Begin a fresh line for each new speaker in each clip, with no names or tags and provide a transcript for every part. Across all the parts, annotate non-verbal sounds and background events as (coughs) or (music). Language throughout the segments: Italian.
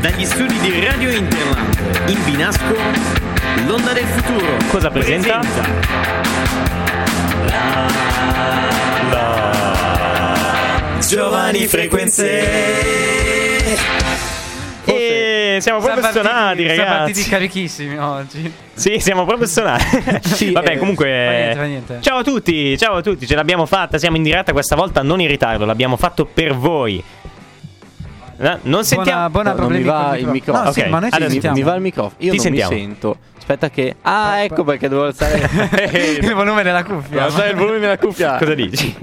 Dagli studi di Radio Interland, in Binasco, l'onda del futuro.
Cosa presenta?
Giovani frequenze.
E Eh, siamo proprio stonati,
Siamo
ragazzi.
partiti carichissimi oggi.
Sì, siamo proprio
(laughs)
stonati. Vabbè, comunque.
eh, Fa niente, fa niente.
Ciao a tutti, ciao a tutti, ce l'abbiamo fatta. Siamo in diretta questa volta, non in ritardo, l'abbiamo fatto per voi. No, non sentiamo.
Buona, buona
non mi
problemi
va
col
il
microfono.
microfono.
No, sì,
Ok,
ma noi ci
adesso
mi,
sentiamo.
mi
(laughs)
va il microfono. Io
Ti
non mi
sentiamo.
sento. Aspetta che Ah, ecco perché
(laughs)
devo alzare
il volume della cuffia.
alzare il volume della cuffia.
Cosa dici?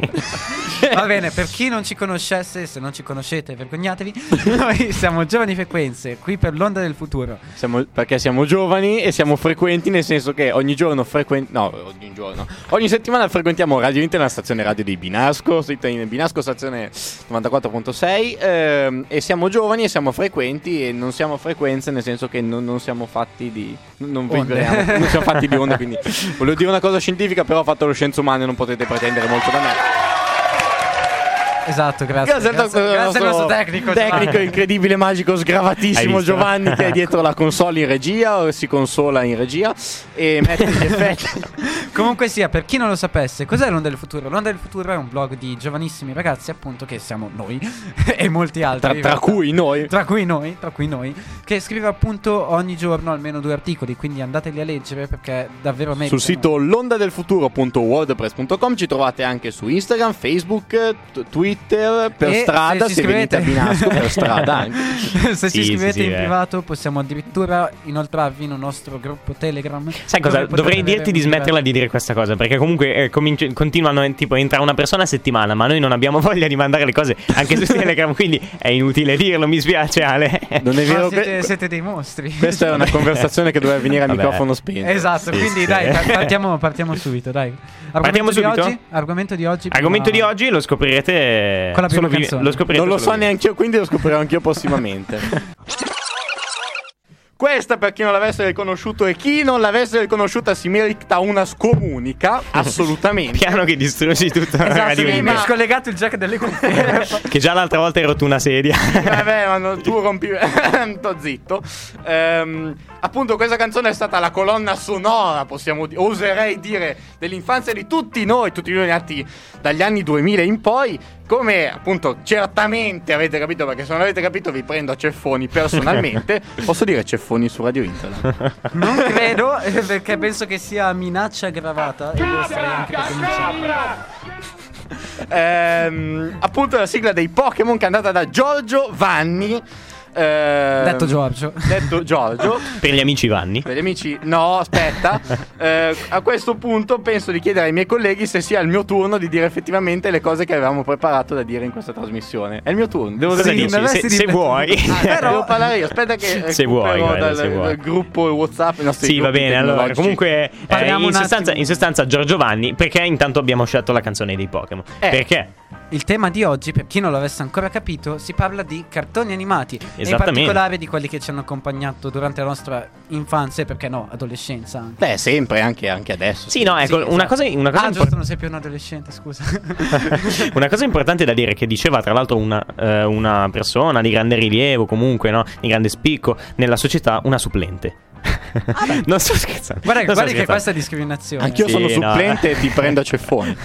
Va bene, per chi non ci conoscesse, se non ci conoscete, vergognatevi. (laughs) Noi siamo Giovani Frequenze, qui per l'onda del futuro.
Siamo- perché siamo giovani e siamo frequenti nel senso che ogni giorno frequentiamo no, ogni giorno. Ogni settimana frequentiamo Radio Inter la stazione radio di Binasco, sita in Binasco stazione 94.6 ehm, e siamo giovani e siamo frequenti e non siamo frequenze nel senso che non, non siamo fatti di non- non
Onde.
vibriamo, non siamo fatti di onde, quindi volevo dire una cosa scientifica, però ho fatto lo scienza umano e non potete pretendere molto da me.
Esatto, grazie. grazie, grazie al nostro tecnico.
tecnico incredibile, magico,
Hai
sgravatissimo
visto?
Giovanni che è dietro la console in regia, o si consola in regia e mette gli effetti.
Comunque sia, per chi non lo sapesse, cos'è l'Onda del Futuro? L'Onda del Futuro è un blog di giovanissimi ragazzi, appunto, che siamo noi (laughs) e molti
(laughs) Tra,
altri. in
tra
realtà.
cui noi.
Tra cui noi, tra cui noi, che scrive appunto ogni giorno almeno due articoli, quindi andateli a leggere perché davvero meritano.
Sul sito londadelfuturo.wordpress.com ci trovate anche su Instagram, Facebook, t- Twitter, per
E se
strada,
ci
se, venite a
scrivete-
Binasco, per strada anche.
(laughs) Se
Sì,
ci scrivete
sì, sì,
in
eh.
privato possiamo addirittura inoltrarvi in un nostro gruppo Telegram.
Sai cosa?
dove potete
Dovrei
avere
dirti
un
di
livello-
smetterla di dire questa cosa. Perché comunque eh, cominci- continuano, eh, tipo, entra una persona a settimana, ma noi non abbiamo (laughs) voglia di mandare le cose anche
(laughs)
su Telegram. Quindi è inutile dirlo, mi spiace, Ale.
Non è
Ma
vero
Ah, siete,
que-
siete dei mostri.
Questa
(laughs)
è una conversazione che doveva venire a
Vabbè.
microfono spento.
Esatto,
Sì,
quindi
sì. (laughs)
dai, par- partiamo, partiamo subito, dai. Argomento
Partiamo
di
subito?
Oggi, argomento di oggi.
Argomento di
prima-
oggi lo scoprirete.
Con la prima
solo vi-
canzone.
lo scoprirete
Non lo
solo
so
vi-
neanche io, quindi lo scoprirò anch'io prossimamente. (laughs) Questa, per chi non l'avesse riconosciuto e chi non l'avesse riconosciuta, si merita una (laughs) scomunica,
(laughs)
assolutamente.
Piano che distruggi tutta la
Esatto,
radio.
mi mi
libera.
ha scollegato il jack delle cuffie.
(laughs) Che già l'altra volta hai rotto una sedia. (laughs)
Eh, Vabbè, ma non- tu rompi... Sto (laughs) zitto. Ehm, appunto, questa canzone è stata la colonna sonora, possiamo dire, oserei dire, dell'infanzia di tutti noi, tutti noi nati dagli anni 2000 in poi. Come appunto certamente avete capito, perché se non avete capito vi prendo a ceffoni personalmente. Posso dire ceffoni su Radio Internet?
Non credo, eh, perché penso che sia minaccia aggravata. E lo sarei anche denunciato.
Ehm, appunto la sigla dei Pokémon cantata da Giorgio Vanni. ehm,
Detto Giorgio.
Detto Giorgio.
per gli amici Vanni.
Per gli amici, no,
(laughs)
aspetta. Eh, a questo punto penso di chiedere ai miei colleghi se sia il mio turno di dire effettivamente le cose che avevamo preparato da dire in questa trasmissione. È il mio turno. Devo
Cosa
Sì,
dici?
dovresti
Se,
dire-
se vuoi.
(laughs)
Ah, devo parlare io. Aspetta che eh,
Se vuoi,
recupero
guarda,
dal,
se vuoi.
dal gruppo WhatsApp. i nostri
Sì, va
gruppi
bene. Allora,
tecnologici.
comunque, eh,
Parliamo
in,
un
sostanza,
attimo.
in sostanza, Giorgio Vanni, perché intanto abbiamo scelto la canzone dei Pokémon?
Eh.
Perché?
Il tema di oggi, per chi non l'avesse ancora capito, si parla di cartoni animati. E in
Esattamente.
particolare di quelli che ci hanno accompagnato durante la nostra infanzia e perché no, adolescenza anche.
Beh, sempre, anche, anche adesso.
Sì, no, ecco,
Sì,
una,
esatto.
cosa, una cosa
Ah,
impor-
giusto, non sei più un adolescente, scusa. (laughs)
(laughs) una cosa importante da dire che diceva tra l'altro una, eh, una persona di grande rilievo comunque, no? di grande spicco nella società, una supplente. (laughs) non sto scherzando. non sto
Ah, Guarda, guarda che
scherzando.
questa è discriminazione.
Anch'io
Sì,
sono
no. (laughs)
supplente e ti prendo a ceffoni.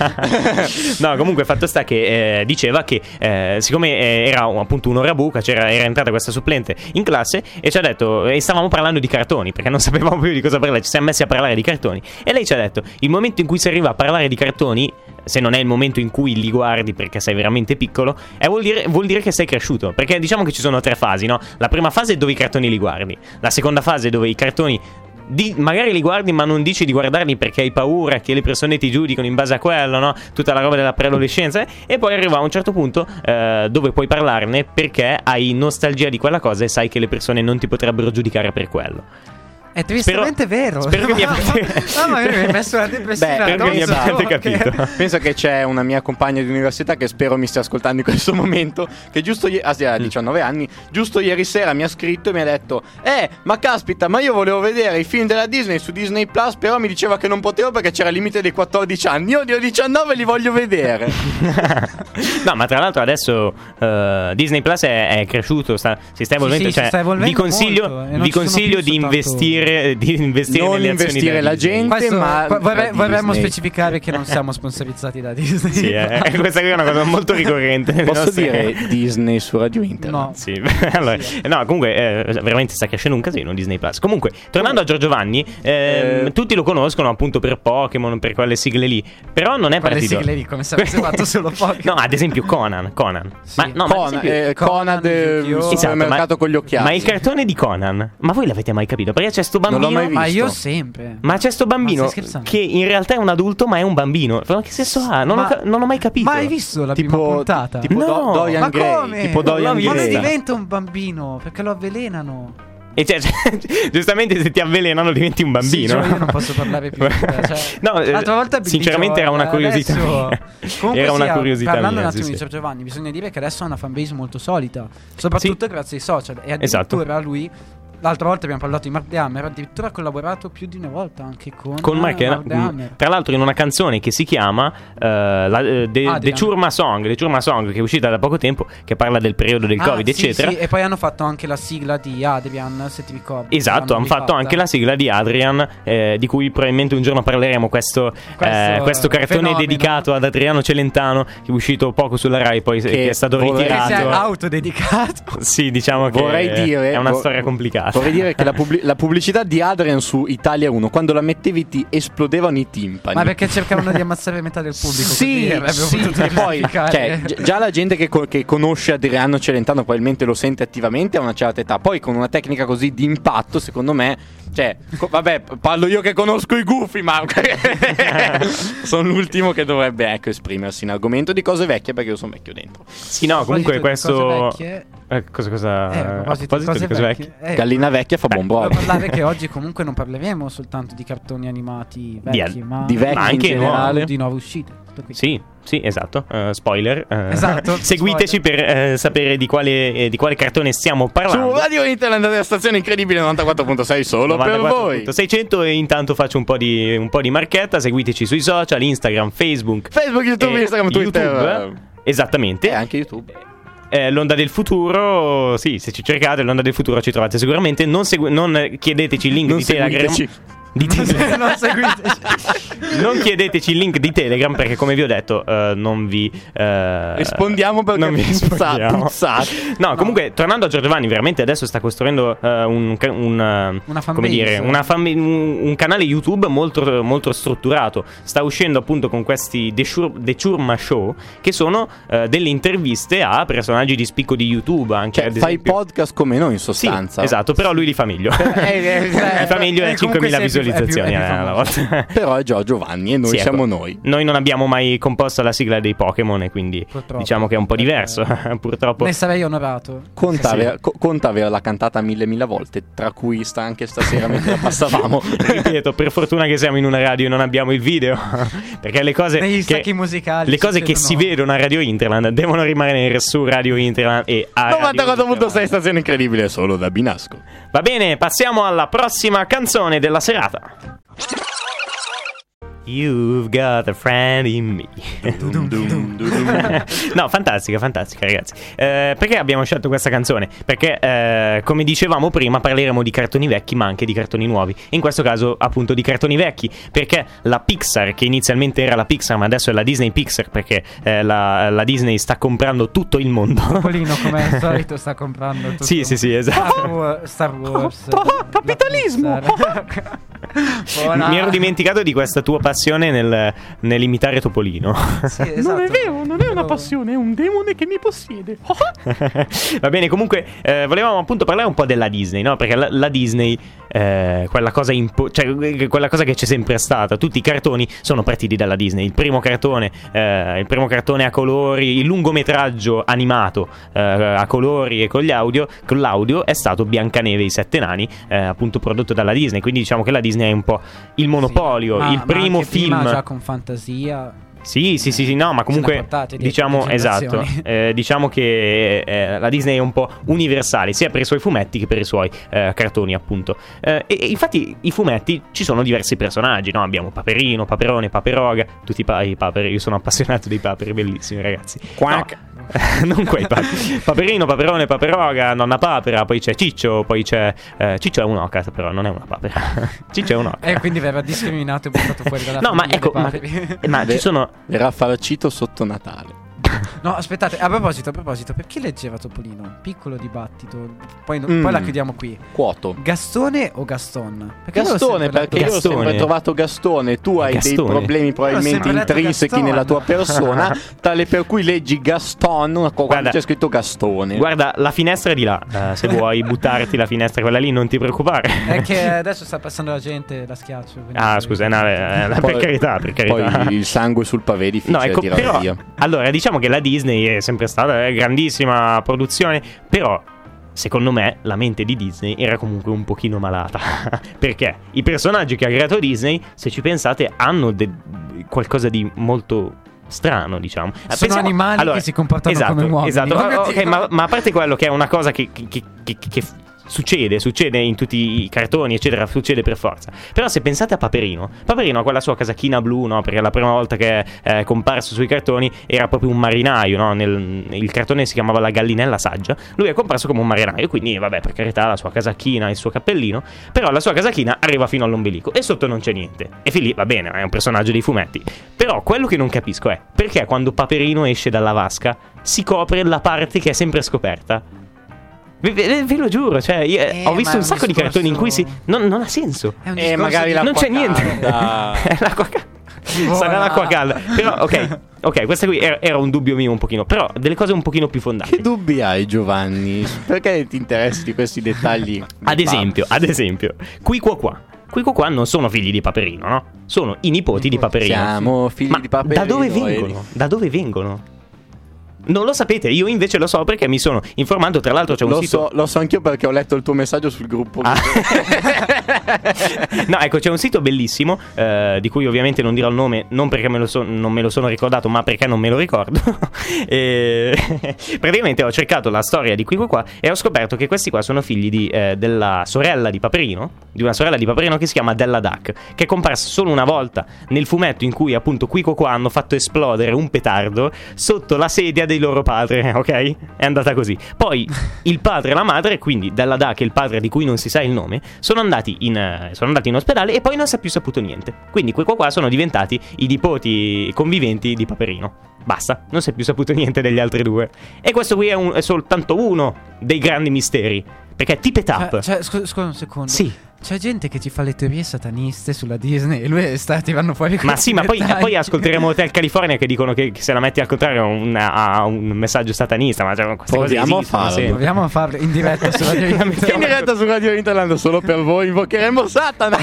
no, comunque fatto sta che eh, diceva che eh, siccome eh, era un- appunto un'ora buca, c'era, era entrata questa supplente in classe e ci ha detto, eh, e stavamo parlando di cartoni, perché non (laughs) sapevamo più di cosa parlare, ci siamo messi a parlare di cartoni e lei ci ha detto, il momento in cui si arriva a parlare di cartoni, se non è il momento in cui li guardi perché sei veramente piccolo, eh, vuol, dire, vuol dire che sei cresciuto, perché diciamo che ci sono tre fasi, no? La prima fase è dove i cartoni li guardi, la seconda fase è dove i cartoni di- magari li guardi, ma non dici di guardarli perché hai paura che le persone ti giudicano in base a quello, no? Tutta la roba della preadolescenza. eh? E poi arriva a un certo punto eh, dove puoi parlarne perché hai nostalgia di quella cosa e sai che le persone non ti potrebbero giudicare per quello.
È tristemente vero.
spero
(laughs)
che mi abbiate- (laughs)
Mamma mia, mi hai messo la depressione.
Beh,
Spero che mi
addosso.
abbiate
(laughs) Che-
capito.
Penso che c'è una mia compagna di università che spero mi stia ascoltando in questo momento. Che giusto ieri, ah, sì, ha 19 anni, giusto ieri sera mi ha scritto e mi ha detto: Eh, ma caspita, ma io volevo vedere i film della Disney su Disney Plus, però mi diceva che non potevo perché c'era il limite dei 14 anni. Io ne ho 19 e li voglio vedere.
no, ma tra l'altro adesso eh, Disney Plus è, è cresciuto, sta- si sta evolvendo.
sì, si
cioè,
sta evolvendo
vi consiglio,
molto, e
vi
non ci sono
consiglio
più
di,
soltanto-
investire, di investire
Non
nelle azioni
investire
della
la
Disney.
gente.
Questo,
Ma-
vo- vorrei-
da
vorremmo
Disney.
specificare che non siamo sponsorizzati da Disney.
Sì, eh, (laughs) questa qui è una cosa molto ricorrente. nelle
Posso
nostre-
dire Disney su Radio Internet?
(laughs) No.
Sì, (laughs) allora, no, comunque eh, veramente sta crescendo un casino Disney Plus. Comunque, tornando a Giorgio Vanni, ehm,
Eh.
tutti lo conoscono appunto per Pokémon, per quelle sigle lì, però non è
Quelle
partito.
sigle lì, come se
(laughs)
avesse fatto solo Pokémon.
No, ad esempio Conan, Conan.
Sì.
Ma, no, ma ad
Conan,
esempio-
eh, Conan,
Conan,
del
Yu-Gi-Oh!
Esatto, ma-
supermercato con gli occhiali.
Ma il cartone di Conan, ma voi l'avete mai capito? Perché c'è sto
Non l'ho
bambino
mai visto.
Ma io sempre.
ma c'è sto bambino
Ma stai scherzando?
che in realtà è un adulto, ma è un bambino. Ma che senso ha? Non,
Ma-
ho, ca- non ho mai capito.
Ma hai visto la prima
tipo,
puntata?
tipo
No.
Do- Dorian
ma
Gray.
come?
Tipo
Non l'ho
Dorian
ma
visto.
non
Gray.
diventa un bambino perché lo avvelenano.
E cioè, (laughs) cioè, giustamente se ti avvelenano diventi un bambino.
Sì, cioè, io non posso parlare
(laughs)
più. Cioè,
No, eh,
l'altra volta Billy
sinceramente era
Joel,
una curiosità
adesso-
mia.
(laughs) Comunque
Era una
sia,
curiosità
Parlando
mia,
un
sì,
attimo di
sì.
Giorgio Giovanni, bisogna dire che adesso ha una fanbase molto solida, soprattutto grazie ai social. E
Esatto.
addirittura lui. L'altra volta abbiamo parlato di Mark De Hammer, addirittura ha collaborato più di una volta anche con,
Con Mark,
eh,
Hammer.
De Hammer.
tra l'altro, in una canzone che si chiama eh, la- eh, The,
Ah,
The
di-
Ciurma Song, The Ciurma Song, che è uscita da poco tempo, che parla del periodo del
Ah,
Covid,
sì,
eccetera.
sì, E poi hanno fatto anche la sigla di Adrian, se ti ricordi.
Esatto,
L'hanno
hanno fatto
rifatta.
anche la sigla di Adrian, eh, di cui probabilmente un giorno parleremo. Questo,
Questo,
eh, questo
eh,
cartone
fenomeno.
dedicato ad Adriano Celentano, che è uscito poco sulla Rai, poi che, è stato
vorrei-
Che si è
ritirato.
autodedicato.
(laughs) Sì, diciamo che
Vorrei dire
è una
vo-
storia complicata.
Vorrei dire
(laughs)
che la, pubblic- la pubblicità di Adrian su Italia 1 Quando la mettevi ti esplodevano i timpani
Ma perché cercavano di ammazzare metà del pubblico?
Sì,
quindi avrebbero
sì
potuto
che poi
dimenticare. Eh,
cioè, gi- Già la gente che, co- che conosce Adriano Celentano Probabilmente lo sente attivamente a una certa età Poi con una tecnica così di impatto Secondo me Cioè co- vabbè p- parlo io che conosco i gufi Ma (laughs) sono l'ultimo che dovrebbe ecco esprimersi in argomento di cose vecchie Perché io sono vecchio dentro
Sì, no, comunque
proposito di
questo.
cose vecchie-
Eh, cosa, cosa...
Eh, a proposito di cose vecchie, eh,
Gallina vecchia fa buon
volevo
brodo
parlare che oggi comunque non parleremo soltanto di cartoni animati vecchi,
al-
ma
di vecchi
Ma anche
in
nuovi.
generale
di nuove uscite. tutto qui. (laughs)
Sì, sì, esatto. eh, spoiler. eh. (laughs)
Esatto,
Seguiteci per eh, sapere di quale, eh, di quale cartone stiamo parlando.
Su Radio Internet della stazione incredibile 94.6 solo per voi.
94.600 e intanto faccio un po' di, un po' di marchetta, seguiteci sui social, Instagram, Facebook,
Facebook, YouTube,
e
Instagram, Twitter.
YouTube, Esattamente.
E anche YouTube.
Eh, l'onda del futuro, sì, se ci cercate, l'onda del futuro ci trovate sicuramente. Non, segu- non, eh, chiedeteci il link
Non
di Telegram.
seguiteci.
Di Telegram.
non seguiteci.
non chiedeteci il link di Telegram perché, come vi ho detto, eh, non vi eh,
(laughs) Rispondiamo perché
non vi
(laughs) puzza-
rispondiamo.
puzzate.
No, comunque, tornando a Giorgiovanni, veramente adesso sta costruendo eh, un, ca- un, eh,
Una fanbase.
come dire, una fan- un, un canale YouTube molto, molto strutturato. Sta uscendo appunto con questi The, Shur- The Ciurma Show, che sono eh, delle interviste a personaggi di spicco di YouTube. Anche
Cioè,
ad
fai
esempio.
podcast come noi in
Sì,
sostanza.
esatto, però lui li fa
(laughs)
meglio.
Eh,
Li (laughs) fa meglio e
eh, comunque
5.000
sei più- è più- è più
visualizzazioni eh, alla
famoso.
volta.
Però è Giorgio Vanni e noi
Sì, ecco.
siamo noi.
Noi non abbiamo mai composto la sigla dei Pokémon, e quindi
Purtroppo. Eh,
diciamo che è un po' diverso. (laughs) Purtroppo.
Ne sarei onorato.
Conta, eh,
Sì, sì.
aver- co- conta averla cantata mille mille volte, tra cui sta anche stasera mentre la
(laughs)
passavamo. (laughs)
Ripeto, per fortuna che siamo in una radio e non abbiamo il video. (laughs) Perché le cose.
Negli
che-
stacchi musicali
Le cose che
succedono.
si vedono a Radio Interland devono rimanere su Radio Interland e a Radio
94.6
Interland.
stazione incredibile solo da
(laughs)
Binasco.
Va bene, passiamo alla prossima canzone della serata. You've got a friend in me.
Dum, dum, dum.
(laughs) no, fantastica, fantastica, ragazzi. Eh, perché abbiamo scelto questa canzone? Perché, eh, come dicevamo prima, parleremo di cartoni vecchi, ma anche di cartoni nuovi. In questo caso, appunto, di cartoni vecchi. Perché la Pixar, che inizialmente era la Pixar, ma adesso è la Disney Pixar, perché eh, la, la Disney sta comprando tutto il mondo.
Polino,
(laughs)
come al solito, sta comprando tutto.
Sì, sì, sì, esatto.
Star Wars.
(laughs)
Star Wars,
Oh, oh, capitalismo!
la
(laughs)
Pixar. Buona.
Mi ero dimenticato di questa tua passione nel, nell'imitare Topolino.
Sì, esatto.
non è vero, non è una
una passione, è un demone che mi possiede.
(laughs) Va bene, comunque eh, volevamo appunto parlare un po' della Disney, no? Perché la, la Disney, eh, quella, cosa impo- cioè, eh, quella cosa che c'è sempre stata, tutti i cartoni sono partiti dalla Disney. Il primo cartone, eh, il primo cartone a colori, il lungometraggio animato eh, a colori e con, gli audio, con l'audio è stato Biancaneve e i Sette Nani, eh, appunto prodotto dalla Disney. Quindi diciamo che la Disney è un po' il monopolio,
Ma-
il
ma
primo
anche
film...
Prima già con fantasia.
Sì, sì, sì, sì, no, ma
Se ne
comunque
portate dietro
diciamo,
le
esatto,
generazioni.
eh, diciamo che eh, la Disney è un po' universale sia per i suoi fumetti che per i suoi eh, cartoni, appunto. Eh, e, e infatti i fumetti ci sono diversi personaggi, no? Abbiamo Paperino, Paperone, Paperoga, tutti i, pa- i paperi, io sono appassionato dei paperi, bellissimi ragazzi.
Quack.
No, (laughs) non quei paperi. Paperino, Paperone, Paperoga, Nonna Papera, poi c'è Ciccio, poi c'è... eh, Ciccio è un'oca, però non è una papera. (laughs) Ciccio è un'oca.
E quindi verrà discriminato e buttato Eh, fuori dalla
No, ma
famiglia
ecco,
dei
ma,
padri.
ma ci sono...
Verrà farcito sotto Natale.
(laughs) No, aspettate, a proposito, a proposito, perché leggeva Topolino? Piccolo dibattito, poi,
Mm.
poi la chiudiamo qui.
Cuoto.
Gastone o Gaston? Perché avevo
Gastone,
sempre
perché io ho
Gastone.
sempre trovato Gastone, tu hai dei
Gastone.
problemi probabilmente
sempre detto
intrinsechi
Gastone.
nella
(laughs)
tua persona, tale per cui leggi Gaston una co-
Guarda.
quando c'è scritto Gastone.
Guarda, la finestra è di là. eh,
(laughs)
se vuoi buttarti la finestra, quella lì, non ti preoccupare.
Eh.
È che adesso sta passando la gente, la schiaccio. quindi-
Ah, scusa, no, eh, eh, per
Poi-
carità, per carità.
Poi il sangue sul pavé è difficile
No, ecco,
tirare
però,
via.
allora, diciamo che la Disney è sempre stata eh, grandissima produzione, però, secondo me, la mente di Disney era comunque un pochino malata. Perché i personaggi che ha creato Disney, se ci pensate, hanno de- qualcosa di molto strano, diciamo.
Sono animali che si comportano
esatto,
come uomini.
Esatto,
Come
ma,
ti-
ok, ma, ma a parte quello che è una cosa che... che- che- che- che f- Succede, succede in tutti i cartoni, eccetera, succede per forza. Però se pensate a Paperino, Paperino ha quella sua casacchina blu, no? Perché la prima volta che è comparso sui cartoni era proprio un marinaio, no? Nel- il cartone si chiamava La gallinella saggia. Lui è comparso come un marinaio, quindi vabbè, per carità, la sua casacchina, il suo cappellino. Però la sua casacchina arriva fino all'ombelico e sotto non c'è niente. E fin lì va bene, è un personaggio dei fumetti. Però quello che non capisco è perché quando Paperino esce dalla vasca si copre la parte che è sempre scoperta. Ve, ve- ve lo giuro, cioè, io-
Eh,
ho
ma
visto
è
un
un
sacco di
discorso-
cartoni in cui si. Non, non ha senso.
È un
Eh,
discorso
magari
di-
la-
Non c'è
calda.
niente. (laughs) È l'acqua calda. Sarà l'acqua calda. Però, ok, ok, questa qui era, era un dubbio mio un pochino. Però delle cose un pochino più fondate.
Che dubbi hai Giovanni? Perché ti interessi di questi dettagli?
Ad esempio, ad esempio, qui qua qua. Qui qua qua non sono figli di Paperino, no? Sono i nipoti di Paperino.
Siamo figli
Ma
di
da
Paperino.
dove
Eli.
vengono? Da dove vengono? Non lo sapete, io invece lo so perché mi sono informato. Tra l'altro c'è un
Lo
sito.
so, lo so anch'io perché ho letto il tuo messaggio sul gruppo. (laughs)
Ah. no, ecco, c'è un sito bellissimo eh, di cui ovviamente non dirò il nome, non perché me lo so- non me lo sono ricordato, ma perché non me lo ricordo. (laughs) E- (laughs) praticamente ho cercato la storia di qui qua, qua e ho scoperto che questi qua sono figli di, eh, della sorella di Paperino, di una sorella di Paperino che si chiama Della Duck, che è comparsa solo una volta nel fumetto in cui appunto qui qua qua hanno fatto esplodere un petardo sotto la sedia dei loro padre, (laughs) ok? È andata così.
(laughs)
Poi il padre e la madre, quindi dalla DAC e il padre di cui non si sa il nome, sono andati in, eh, sono andati in ospedale e poi non si è più saputo niente. Quindi quei qua, qua sono diventati i nipoti conviventi di Paperino. Basta, non si è più saputo niente degli altri due. E questo qui è, un- è soltanto uno dei grandi misteri. Perché è Tip Tap.
Cioè, cioè, scu- scusa un secondo.
Sì.
C'è gente che ci fa le teorie sataniste sulla Disney e lui sta tirando fuori
Ma
questi
sì, ma poi,
dettagli.
poi ascolteremo
(laughs)
Hotel California che dicono che se la metti al contrario ha un- ha un messaggio satanista. Ma cioè, queste cose
Proviamo a
esistono
farlo.
(laughs)
sempre.
Proviamo a farlo in diretta
(laughs)
sulla Disney.
In diretta su Radio Interland solo per voi
(laughs)
invocheremo Satana.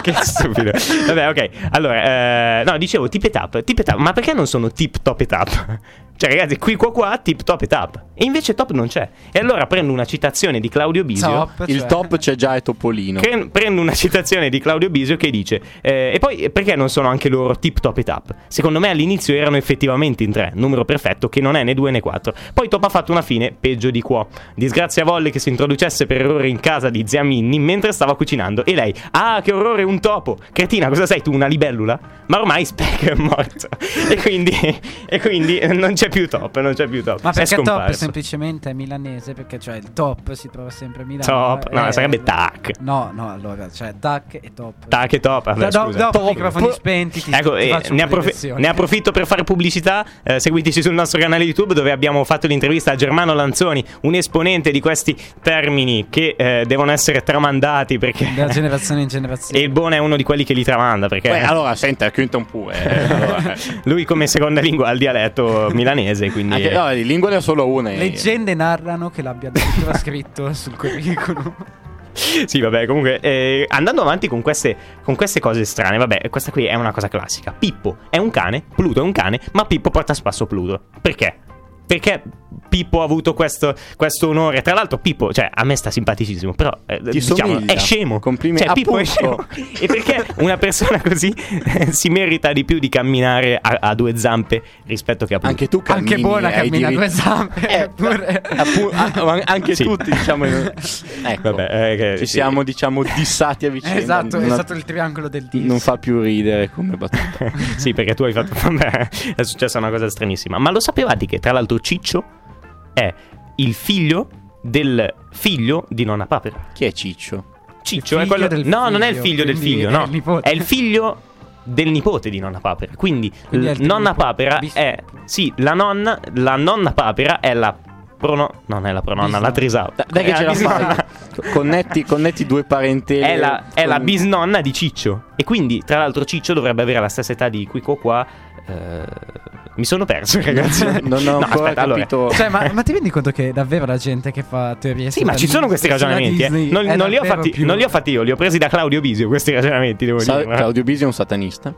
che stupido. Vabbè, ok. Allora, eh, no, dicevo tip e tap, tip e tap. Ma perché non sono tip top e tap? (laughs) Cioè, ragazzi, qui qua qua tip top e tap. E invece top non c'è. E allora prendo una citazione di Claudio Bisio.
Top,
Il
cioè.
top c'è già è Topolino.
Cre- Prendo una citazione di Claudio Bisio che dice: eh, E poi perché non sono anche loro tip top e tap? Secondo me all'inizio erano effettivamente in tre, numero perfetto che non è né due né quattro. Poi Top ha fatto una fine peggio di qua. Disgrazia volle che si introducesse per errore in casa di zia Minni mentre stava cucinando. E lei: Ah, che orrore, un topo! Cretina, cosa sei tu, una libellula? Ma ormai Speck è morto. e, quindi, (laughs) e quindi non c'è più Top, non c'è più Top.
Ma
È
perché top
scomparso.
semplicemente è milanese? Perché cioè il top si trova sempre a Milano.
Top, no,
eh,
sarebbe tac.
No, no, allora, cioè tac e top.
Tac e top. Vabbè,
Do- do-
scusa.
dopo
Top.
i microfoni
Po-
spenti ti-
Ecco,
ti
eh,
faccio
ne,
più
approf-
lezioni.
ne approfitto per fare pubblicità. eh, seguiteci sul nostro canale YouTube dove abbiamo fatto l'intervista a Germano Lanzoni, un esponente di questi termini che eh, devono essere tramandati perché.
Da generazione in
E (laughs)
generazione.
il buono è uno di quelli che li tramanda perché (laughs)
eh,
Beh, allora, senta, quinta un po'. eh, allora.
lui come seconda lingua ha il dialetto milanese, quindi...
Anche- no, di lingua ne ho solo una. eh.
Leggende narrano che l'abbia addirittura scritto sul curriculum.
(laughs) Sì, vabbè, comunque eh, andando avanti con queste, con queste cose strane, vabbè, questa qui è una cosa classica. Pippo è un cane, Pluto è un cane, ma Pippo porta a spasso Pluto. Perché? Perché Pippo ha avuto questo, questo onore? Tra l'altro, Pippo, cioè, a me sta simpaticissimo, però eh, diciamo,
somiglia.
è scemo.
Complimenti.
Cioè, Pippo è scemo.
Appunto.
E perché una persona così eh, si merita di più di camminare a, a due zampe rispetto che a Pluto?
Anche tu cammini, eh,
Anche buona
eh,
hai
cammina a
diritto-
due zampe. (laughs)
Eh,
eppure-
appu-
(laughs)
ah, ma anche
Sì.
tutti, diciamo. ecco,
Vabbè, eh, che-
ci
sì.
siamo, diciamo, dissati a vicenda.
esatto, è
Non-
stato il triangolo del dito.
Non fa più ridere come battuta.
(laughs) sì, perché tu hai fatto. (laughs) Vabbè, è successa una cosa stranissima. Ma lo sapevate che, tra l'altro, Ciccio è il figlio del figlio di nonna Papera?
Chi è Ciccio?
Ciccio è
figlio
quello.
del
no, non è il figlio
figlio,
del
quindi
figlio,
è
no.
il nipote.
È il figlio del nipote di nonna Papera. Quindi,
(laughs) Quindi è il
l- nonna
nipote,
Papera
bis-
è. Sì, la nonna. La nonna Papera è la. Prono... Non è la prononna, la Eh,
Bisnonna.
trisau.
Da- dai che
È
ce la
bisnonna. (laughs)
fai. (laughs) Connetti, connetti due parentele.
È la, è la
con-
bisnonna di Ciccio. E quindi, tra l'altro, Ciccio dovrebbe avere la stessa età di Quico qua. Eh, mi sono perso, (laughs) ragazzi.
(laughs) (laughs) Non ho
No,
ancora
aspetta, allora.
capito.
Cioè, ma, ma ti rendi conto che è davvero la gente che fa teorie
Sì, ma ci sono questi ragionamenti. eh. Non, non li ho fatti, non li ho fatti io, li ho presi da Claudio Bisio. Questi ragionamenti, devo
Sa-
dire.
Claudio Bisi è un satanista.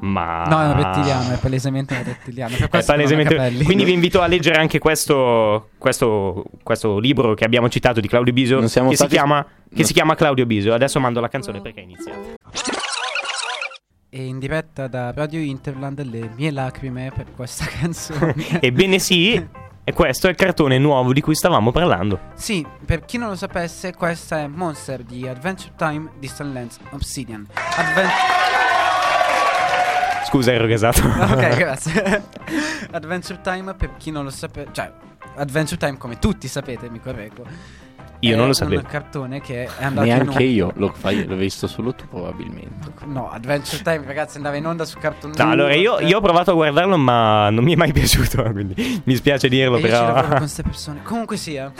Ma.
No, è un rettiliano, è palesemente un rettiliano. Per
Ah. È
questo non ha
palesemente-
capelli.
Quindi
(laughs)
vi invito a leggere anche questo, questo, questo libro che abbiamo citato di Claudio Bisio.
Non siamo
che
stati-
si chiama, che
no.
si chiama Claudio Bisio. Adesso mando la canzone perché è iniziata.
E in diretta da Radio Interland le mie lacrime per questa (laughs) canzone.
(laughs) Ebbene sì, e questo è il cartone nuovo di cui stavamo parlando.
Sì, per chi non lo sapesse, questa è Monster di Adventure Time Distant Lands Obsidian. Adven-
Scusa, ero gasato.
(laughs) ok, grazie. (laughs) Adventure Time, per chi non lo sapesse, cioè, Adventure Time, come tutti sapete, mi correggo.
Io
è
non lo sapevo.
un cartone che è andato in onda.
Neanche io lo fai, l'ho visto solo tu, probabilmente.
No, Adventure Time, ragazzi, andava in onda su Cartoon
No, allora io, io ho provato a guardarlo, ma non mi è mai piaciuto. (laughs) Quindi mi spiace dirlo,
E io ci lavoro con
però.
queste persone. Comunque sia.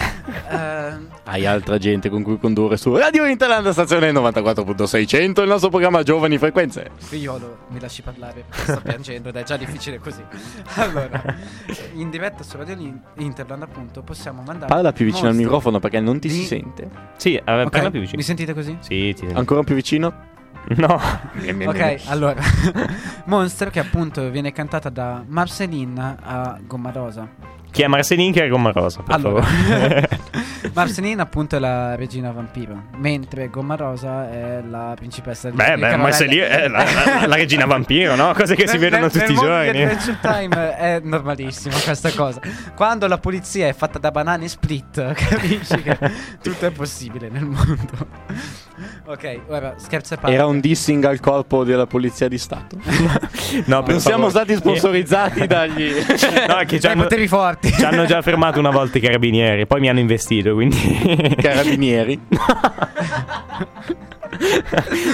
ehm,
Hai altra gente con cui condurre su Radio Interland, stazione 94.600, il nostro programma Giovani Frequenze.
Figliolo, mi lasci parlare,
(laughs)
sto piangendo ed è già difficile così. Allora, in diretta su Radio Lin- Interland, appunto, possiamo mandare.
Parla più vicino al
mostri
microfono perché non ti
di-
si sente.
(laughs) Sì, eh,
Ok,
parla più vicino.
Mi sentite così?
Sì, ti sento.
Ancora più vicino?
No,
Ok, allora, (laughs) Monster che appunto viene cantata da Marceline a Gomma Rosa.
chi è Marcelin che è Gomma Rosa, per
Allora, (laughs)
favore.
Marceline appunto è la regina vampiro, mentre Gomma Rosa è la principessa di
beh, beh, Marcelin è la, la- la regina vampiro, no? Cose che si
Nel-
vedono
nel-
tutti i
nel mondo di
giorni.
Adventure Time è normalissima questa cosa. Quando la polizia è fatta da banane split, (laughs) capisci che tutto è possibile nel mondo. Ok, ora scherzo a parte.
Era un dissing al corpo della polizia di Stato.
No, per
Non siamo
favore.
stati sponsorizzati (laughs) dagli...
(laughs) No, è che ci
Dai
hanno,
poteri forti.
(laughs) ci hanno già fermato una volta i carabinieri, poi mi hanno investito,
(laughs)
quindi... (laughs)
Carabinieri.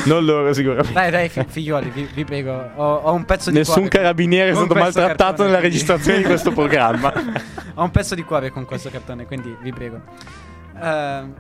non loro sicuramente.
Dai, dai, fi- figlioli, vi, vi prego. Ho, ho un pezzo di
Nessun
cuore.
carabiniere è
Con
stato
questo
maltrattato
cartone
nella
qui.
registrazione di questo programma.
(laughs) Ho un pezzo di cuore con questo cartone, quindi vi prego. Ehm,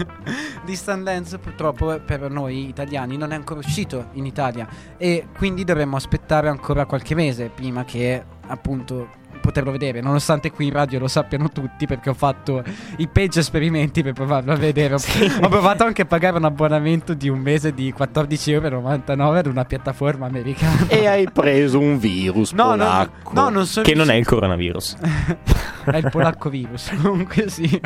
(laughs) Distant Lands purtroppo per noi italiani non è ancora uscito in Italia e quindi dovremmo aspettare ancora qualche mese prima che appunto poterlo vedere nonostante qui in radio lo sappiano tutti perché ho fatto i peggio esperimenti per provarlo a vedere Ho- ho provato anche a pagare un abbonamento di un mese di 14,99€ ad una piattaforma americana
e hai preso un virus
no, no,
polacco.
no, non so
Che non è il coronavirus.
è il polacco virus comunque sia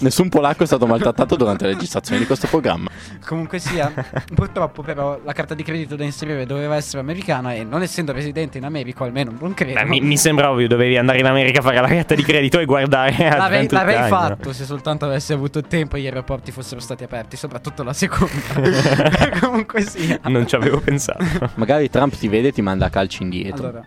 Nessun polacco è stato maltrattato durante la registrazione di questo programma.
(laughs) Comunque sia, purtroppo però la carta di credito da inserire doveva essere americana e non essendo residente in America, almeno non credo.
Beh, mi, mi sembra ovvio, dovevi andare in America a fare la carta di credito e guardare...
L'avrei,
Adventure
l'avrei
Time, no?
fatto se soltanto avessi avuto tempo e gli aeroporti fossero stati aperti, soprattutto
(laughs)
la seconda. (laughs) Comunque sia.
Non ci avevo
(laughs)
pensato.
Magari Trump ti vede e ti manda a calci indietro.
Allora,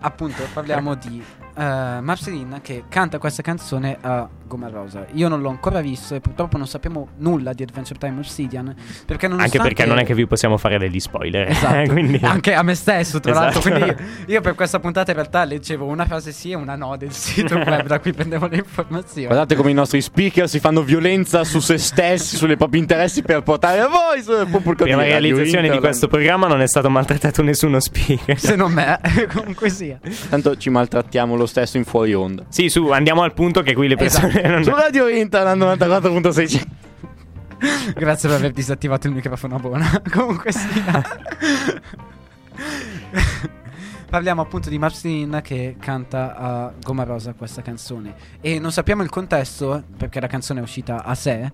appunto, parliamo di eh, Marceline che canta questa canzone a Gomma Rosa. Io non l'ho ancora visto e purtroppo non sappiamo nulla di Adventure Time Obsidian. Perché
Anche
nonostante...
perché non è che vi possiamo fare degli spoiler. (laughs)
Esatto.
Quindi...
Anche a me stesso, tra
Esatto.
l'altro. Quindi io, io per questa puntata in realtà leggevo una frase sì e una no
(laughs)
del sito web da cui prendevo le informazioni.
Guardate come i nostri speaker si fanno violenza su se stessi, sulle propri interessi per portare a voi. su- pubblico
Per la
di Radio
realizzazione di
Interland.
questo programma non è stato maltrattato nessuno speaker.
Se non me, (laughs) comunque sia.
Tanto ci maltrattiamo lo stesso in fuori onda.
Sì, su, andiamo al punto che qui le persone
Esatto.
(laughs)
Su
non...
Radio Interland 94.6
Grazie per aver disattivato il microfono a buona. (laughs) Comunque sia. Parliamo appunto di Marcin che canta a Gomma Rosa questa canzone. E non sappiamo il contesto, perché la canzone è uscita a sé.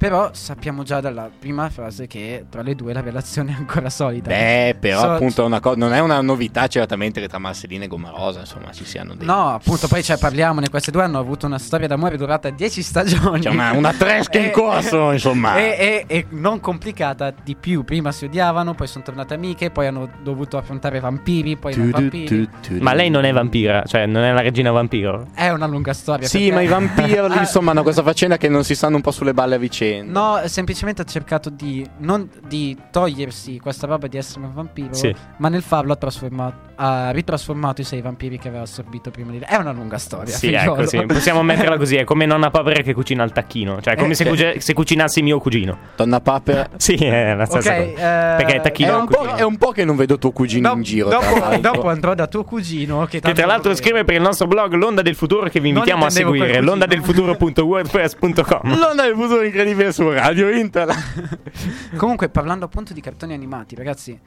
Però sappiamo già dalla prima frase che tra le due la relazione è ancora solida.
Beh, però
So-
appunto è una co- non è una novità certamente che tra Marcellina e Gomarosa, insomma, ci siano dei...
No, appunto, poi cioè, parliamone. Queste due hanno avuto una storia d'amore durata 10 stagioni.
Cioè, una- una tresca
(laughs)
in
E- eh,
corso, insomma.
E, e- e non complicata di più. Prima si odiavano, poi sono tornate amiche, poi hanno dovuto affrontare vampiri, poi non vampiri.
(laughs) Ma lei non è vampira, cioè non è la regina vampiro.
È una lunga storia.
Sì,
perché-
ma i
(laughs)
vampiri,
Ah,
insomma, hanno questa faccenda che non si stanno un po' sulle balle a vicenda.
No, semplicemente ha cercato di, non, di togliersi questa roba di essere un vampiro,
Sì.
ma nel farlo ha, trasformato- ha ritrasformato i sei vampiri che aveva assorbito prima di lei. È una lunga storia.
Sì,
(laughs) figliolo.
ecco, sì. Possiamo metterla così, è come nonna papera che cucina il tacchino, cioè è come
Eh,
se,
sì.
cuce- se cucinassi mio cugino.
Donna Papera.
Sì, è la
Ok,
stessa
eh,
cosa. Perché il
È
tacchino
un, po', è un po' che non vedo tuo cugino
Do-
in giro. tra
Dopo,
l'altro.
dopo andrò da tuo cugino. Che,
Che
tanto
tra l'altro
lo-
scrive per il nostro blog L'onda del futuro che vi
Non
invitiamo a
intendevo
seguire,
quel cugino.
londadelfuturo.wordpress.com.
(laughs) Non hai avuto incredibile su Radio Interland.
Comunque, parlando appunto di cartoni animati, ragazzi.